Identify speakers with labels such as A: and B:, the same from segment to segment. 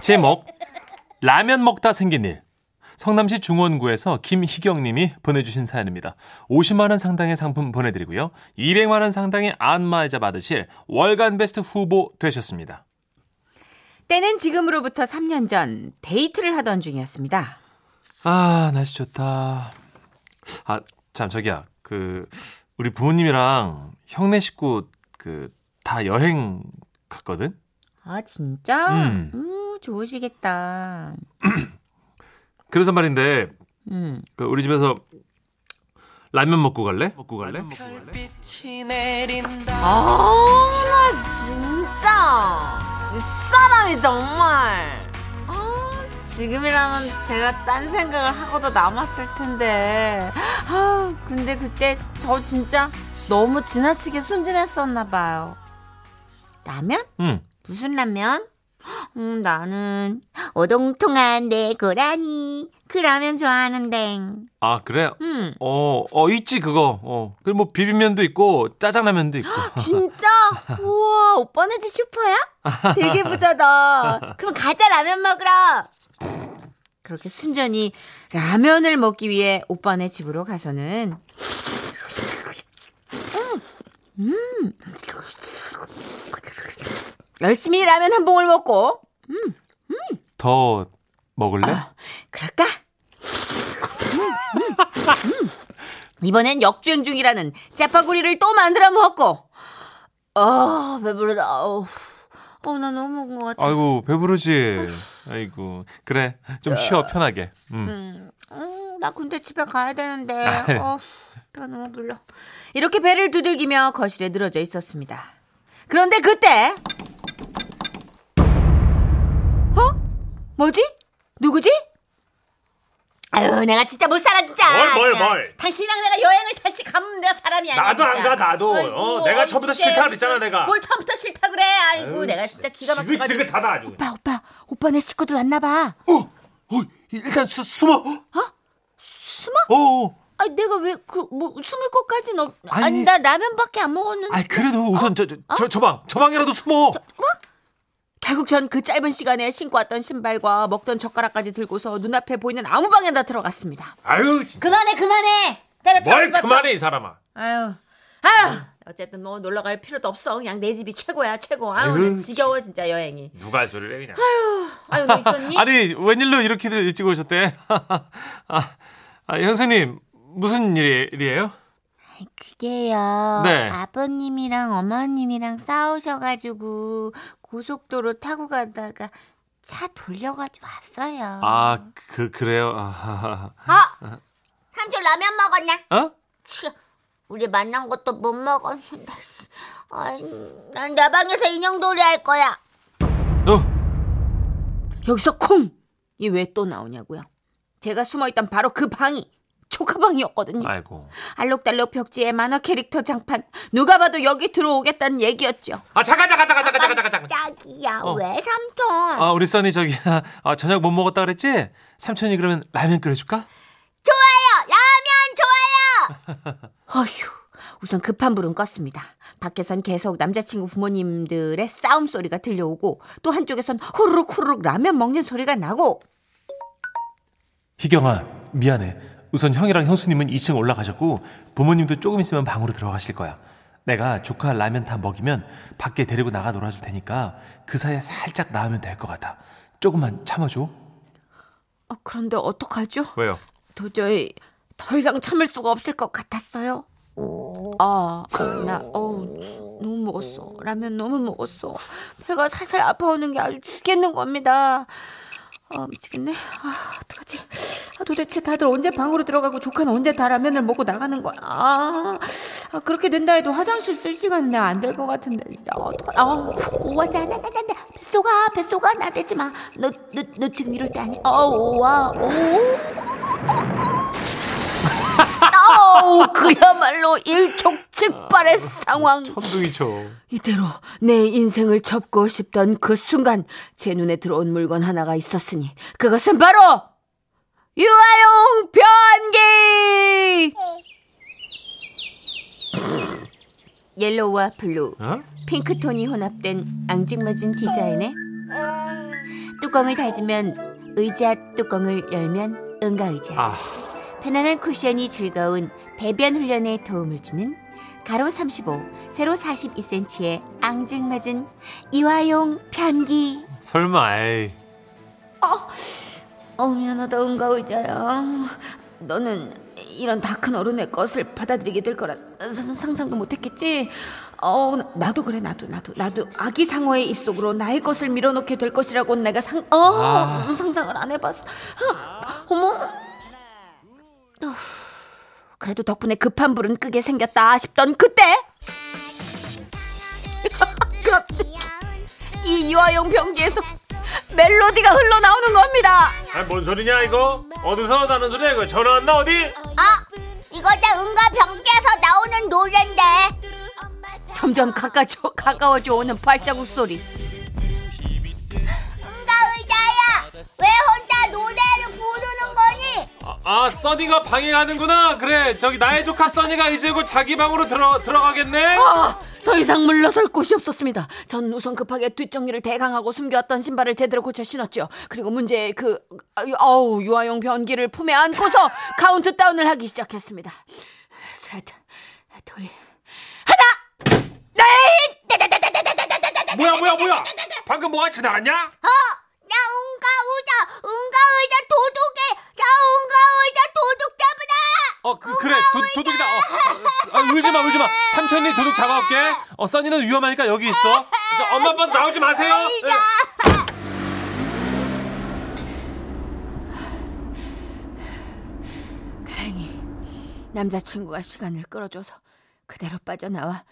A: 제목 라면 먹다 생긴 일. 성남시 중원구에서 김희경 님이 보내주신 사연입니다. 50만 원 상당의 상품 보내드리고요. 200만 원 상당의 안마의자 받으실 월간 베스트 후보 되셨습니다.
B: 때는 지금으로부터 3년 전 데이트를 하던 중이었습니다.
A: 아 날씨 좋다. 아 참 저기야 그 우리 부모님이랑 형네 식구 그 다 여행 갔거든.
B: 아 진짜?
A: 음.
B: 음, 좋으시겠다.
A: 그래서 말인데
B: 음.
A: 그 우리 집에서 라면 먹고 갈래? 먹고 갈래?
C: 별빛이 내린다.
D: 아, 아나 진짜 이 사람이 정말 아, 지금이라면 제가 딴 생각을 하고도 남았을 텐데 아 근데 그때 저 진짜 너무 지나치게 순진했었나 봐요
B: 라면?
A: 응.
B: 무슨 라면?
D: 음 나는 어동통한 내 고라니 그 라면 좋아하는데
A: 아 그래?
D: 음
A: 어, 어 있지 그거. 어. 그리고 뭐 비빔면도 있고 짜장라면도 있고.
D: 진짜? 우와, 오빠네 집 슈퍼야? 되게 부자다. 그럼 가자, 라면 먹으러!
B: 그렇게 순전히 라면을 먹기 위해 오빠네 집으로 가서는 음, 음. 열심히 라면 한 봉을 먹고
A: 더 먹을래?
D: 아.
B: 그럴까? 음, 음, 음. 이번엔 역주행 중이라는 짜파구리를 또 만들어 먹고
D: 아, 배부르다. 어우, 어, 나 너무 먹은 것 같아.
A: 아이고 배부르지. 아이고 그래 좀 쉬어 편하게. 음.
D: 음, 음, 나 근데 집에 가야 되는데.
E: 네.
A: 아유.
D: 어, 배가 너무 불러.
B: 이렇게 배를 두들기며 거실에 늘어져 있었습니다. 그런데 그때 어? 뭐지? 누구지?
D: 아유, 내가 진짜 못 살아, 진짜.
E: 뭘, 뭘,
D: 그냥
E: 뭘.
D: 당신이랑 내가 여행을 다시 가면 내가 사람이 아니야.
E: 나도 안
D: 진짜.
E: 가, 나도. 어, 내가 처음부터
D: 진짜 무슨-
E: 싫다 그랬잖아, 내가.
D: 뭘 처음부터 싫다 그래. 아이고, 내가 진짜 기가 막혀가지고.
E: 지긋지긋하다 아주.
B: 오빠 오빠 오빠네 식구들 왔나 봐.
E: 일단 수, 숨어. 어?
D: 숨어?
A: 어. 어.
D: 아, 내가 왜 그 뭐 숨을 것까지는 없. 아니,
A: 아니,
D: 나 라면밖에 안 먹었는데.
A: 아이 그래도 우선
D: 어?
A: 저저저방 저방이라도 숨어.
B: 결국 전 그 짧은 시간에 신고 왔던 신발과 먹던 젓가락까지 들고서 눈앞에 보이는 아무 방에나 들어갔습니다.
E: 아유 진짜.
D: 그만해, 그만해. 때려쳐.
E: 뭘
D: 집어쳐.
E: 그만해 이 사람아.
D: 아유, 아유. 어쨌든 뭐 놀러 갈 필요도 없어. 그냥 내 집이 최고야, 최고. 아유,
E: 아유,
D: 난 지겨워 진짜 여행이.
E: 누가 소리를 해 그냥.
D: 아유, 너 있었니?
A: 아니 웬일로 이렇게들 일찍 오셨대? 아, 아 현수님 무슨 일이, 일이에요?
D: 그게요.
A: 네.
D: 아버님이랑 어머님이랑 싸우셔가지고 고속도로 타고 가다가 차 돌려가지고 왔어요. 어?
A: 아 그 그래요. 아,
D: 삼촌 라면 먹었냐?
A: 어?
D: 치, 우리 만난 것도 못 먹었는데. 씨. 아이, 난 내 방에서 인형놀이 할 거야.
A: 어.
B: 여기서 쿵! 이 왜 또 나오냐고요? 제가 숨어있던 바로 그 방이 조카방이었거든요.
A: 아이고.
B: 알록달록 벽지에 만화 캐릭터 장판 누가 봐도 여기 들어오겠다는 얘기였죠.
E: 아 잠깐 잠깐 잠깐 잠깐 잠깐 잠깐.
D: 짝이야,
A: 어.
D: 왜 삼촌?
A: 아 우리 써니 저기 아, 저녁 못 먹었다 그랬지? 삼촌이 그러면 라면 끓여줄까?
D: 좋아요, 라면 좋아요.
B: 어휴 우선 급한 불은 껐습니다. 밖에선 계속 남자친구 부모님들의 싸움 소리가 들려오고 또 한쪽에선 후루룩 후루룩 라면 먹는 소리가 나고
A: 희경아 미안해 우선 형이랑 형수님은 2층 올라가셨고 부모님도 조금 있으면 방으로 들어가실 거야 내가 조카 라면 다 먹이면 밖에 데리고 나가 놀아줄 테니까 그 사이에 살짝 나으면 될 것 같아 조금만 참아줘
B: 어, 그런데 어떡하죠?
A: 왜요?
B: 도저히 더 이상 참을 수가 없을 것 같았어요. 아, 나 어우 너무 먹었어. 라면 너무 먹었어. 배가 살살 아파오는 게 아주 죽겠는 겁니다. 아 미치겠네. 아 어떡하지? 아, 도대체 다들 언제 방으로 들어가고 조카는 언제 다 라면을 먹고 나가는 거야? 아, 아, 그렇게 된다 해도 화장실 쓸 시간은 내가 안 될 것 같은데 진짜 어떡하? 아,
D: 오와 나나나나나 뱃속아 뱃속아 나대지 마. 너 너 너 지금 이럴 때 아니. 어 오와 오.
B: 아우 그야말로 일촉즉발의 상황.
A: 천둥이쳐
B: 이대로 내 인생을 접고 싶던 그 순간 제 눈에 들어온 물건 하나가 있었으니 그것은 바로 유아용 변기! 옐로우와 블루,
A: 어?
B: 핑크톤이 혼합된 앙증맞은 디자인에 뚜껑을 닫으면 의자 뚜껑을 열면 응가 의자.
A: 아,
B: 편안한 쿠션이 즐거운 배변 훈련에 도움을 주는 가로 35, 세로 42cm의 앙증맞은 이화용 변기.
A: 설마. 에이.
B: 어 미안하다 은가 의자야. 너는 이런 다 큰 어른의 것을 받아들이게 될 거라 상- 상상도 못했겠지. 어 나도 그래 나도 나도 나도 아기 상어의 입속으로 나의 것을 밀어넣게 될 것이라고 내가 상 어
A: 아.
B: 상상을 안 해봤어. 흠, 어머. 어휴, 그래도 덕분에 급한 불은 끄게 생겼다 싶던 그때 갑자기 이 유아용 변기에서 멜로디가 흘러나오는 겁니다.
E: 아, 뭔 소리냐 이거? 어디서 나는 소리야 이거? 전화 왔나 어디?
D: 아, 이거 다 응가 병기에서 나오는 노래인데.
B: 점점 가까워 가까워져 오는 발자국 소리.
D: 응가 의자야, 왜 혼자 노래를 부르는 거니? 어,
A: 아, 아, 써니가 방해하는구나. 그래, 저기 나의 조카 써니가 이제 곧 자기 방으로 들어 들어가겠네.
B: 아, 더 이상 물러설 곳이 없었습니다. 전 우선 급하게 뒷정리를 대강하고 숨겨왔던 신발을 제대로 고쳐 신었죠. 그리고 문제의 그 아유, 아우 유아용 변기를 품에 안고서 카운트 다운을 하기 시작했습니다. 셋, 둘, 하나. 네!
E: 뭐야 뭐야 뭐야? 방금 뭐가 지나갔냐?
D: 어, 나 응가 의자, 응가 의자 도둑이, 나 응가 의자 도둑잡으라.
A: 어, 그, 그래, 도, 독이다 어, 어, 아, 울지 마, 울지 마. 삼촌이 도둑 잡아올게. 어, 써니는 위험하니까 여기 있어. 저, 엄마 아빠도 나오지 마세요. 예.
B: 다행히 남자친구가 시간을 끌어줘서 그대로 빠져나와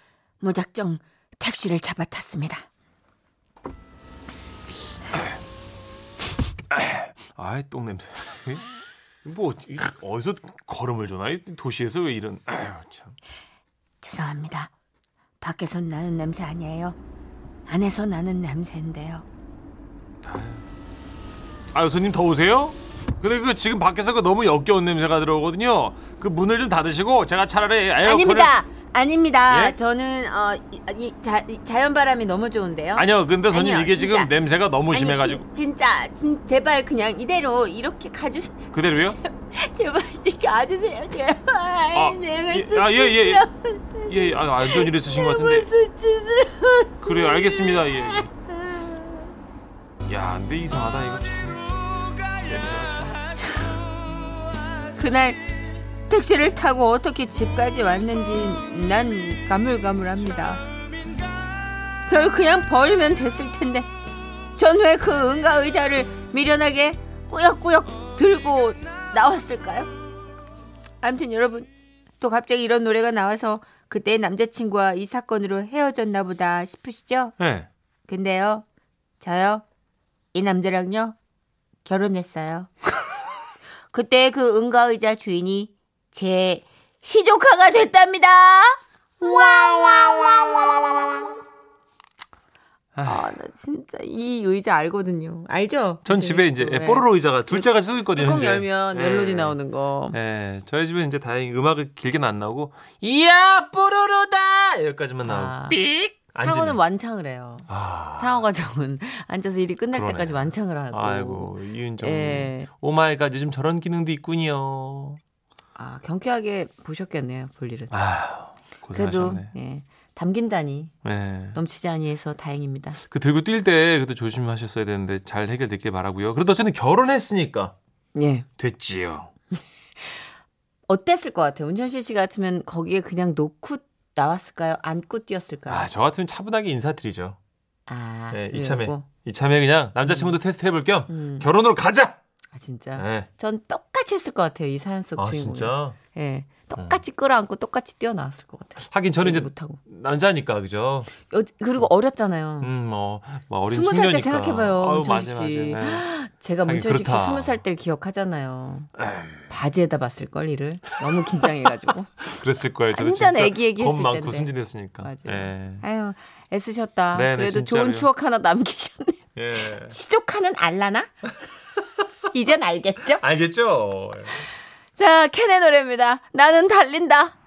B: 무작정 택시를 잡아탔습니다.
A: 아이, 똥 냄새. 뭐 이- 어디서 걸음을 줘나? 이 도시에서 왜 이런? 아유, 참.
B: 죄송합니다. 밖에선 나는 냄새 아니에요. 안에서 나는 냄새인데요.
A: 아유, 손님 더우세요? 근데 그 지금 밖에서 그 너무 역겨운 냄새가 들어오거든요. 그 문을 좀 닫으시고 제가 차라리 에어컨을
B: 아닙니다. 아닙니다.
A: 예?
B: 저는 어, 이, 이 자, 이 자연바람이 너무 좋은데요.
A: 아니요, 근데 손님
B: 아니요,
A: 이게 지금
B: 진짜.
A: 냄새가 너무
B: 아니,
A: 심해가지고
B: 진- 진짜 진, 제발 그냥 이대로 이렇게 가주
A: 그대로요?
B: 제발 이렇게 가주세요. 제발. 네,
A: 아,
B: 내가
A: 예, 아, 예, 예, 네. 예. 예, 아, 안 좋은 일 있으신 것 같은데.
B: 수치스러워.
A: 그래요 알겠습니다 예. 야 근데 이상하다 이거 참
B: 그날 택시를 타고 어떻게 집까지 왔는지 난 가물가물합니다. 그걸 그냥 버리면 됐을 텐데 전 왜 그 응가 의자를 미련하게 꾸역꾸역 들고 나왔을까요? 아무튼 여러분 또 갑자기 이런 노래가 나와서 그때 남자친구와 이 사건으로 헤어졌나 보다 싶으시죠?
A: 예.
B: 근데요, 저요, 이 남자랑요, 결혼했어요. 그때 그 응가의자 주인이 제 시조카가 됐답니다! 아, 나 진짜 이 의자 알거든요. 알죠?
A: 전
B: 그치?
A: 집에 이제 예,
B: 왜?
A: 뽀로로 의자가 둘째가 쓰고 있거든요
B: 예. 뚜껑
A: 현재.
B: 열면
A: 예.
B: 멜로디 나오는 거.
A: 예 저희 집은 이제 다행히 음악이 길게는 안 나오고 이야 뽀로로다 여기까지만 나오고
B: 아.
A: 삑
B: 상어는
A: 앉으면.
B: 완창을 해요.
A: 아,
B: 상어 가정은 앉아서 일이 끝날
A: 그러네.
B: 때까지 완창을 하고.
A: 아이고 이윤정
B: 예.
A: 오마이갓 요즘 저런 기능도 있군요
B: 아, 경쾌하게 보셨겠네요, 볼일은.
A: 아
B: 그래도
A: 고생하셨네
B: 예, 담긴다니
A: 예.
B: 넘치지 아니해서 다행입니다.
A: 그 들고 뛸 때 그래도 조심하셨어야 되는데 잘 해결됐길 바라고요 그래도 저는 결혼했으니까
B: 예.
A: 됐지요
B: 어땠을 것 같아요? 운전실 씨 같으면 거기에 그냥 놓고 나왔을까요? 안고 뛰었을까요?
A: 아, 저 같으면 차분하게 인사드리죠.
B: 아,
A: 네, 이참에.
B: 그리고,
A: 이참에 그냥 남자친구도 테스트 해볼 겸
B: 음.
A: 결혼으로 가자!
B: 아 진짜.
A: 네.
B: 전 똑같이 했을 것 같아요. 이 사연 속
A: 아,
B: 주인공.
A: 진짜?
B: 예. 똑같이 끌어안고 똑같이 뛰어나왔을 것 같아요.
A: 하긴 저는 이제
B: 못하고.
A: 남자니까, 그죠?
B: 여- 그리고 어렸잖아요.
A: 음, 뭐, 뭐 어린
B: 스무 살 때
A: 숙녀니까.
B: 생각해봐요,
A: 아유,
B: 문천식
A: 맞아, 맞아.
B: 씨.
A: 네.
B: 제가
A: 하긴
B: 문철식 씨
A: 그렇다. 네.
B: 스무 살 때를 기억하잖아요. 바지에다 봤을 걸 이를 너무 긴장해가지고.
A: 그랬을 거예요. 저도
B: 완전
A: 진짜
B: 애기 애기
A: 겁
B: 했을
A: 많고
B: 텐데.
A: 순진했으니까.
B: 맞아요.
A: 예.
B: 아유 애쓰셨다.
A: 네네,
B: 그래도
A: 진짜로요.
B: 좋은 추억 하나 남기셨네.
A: 예.
B: 시조카는 알라나? 이젠 알겠죠?
A: 알겠죠?
B: 자, 켄의 노래입니다. 나는 달린다.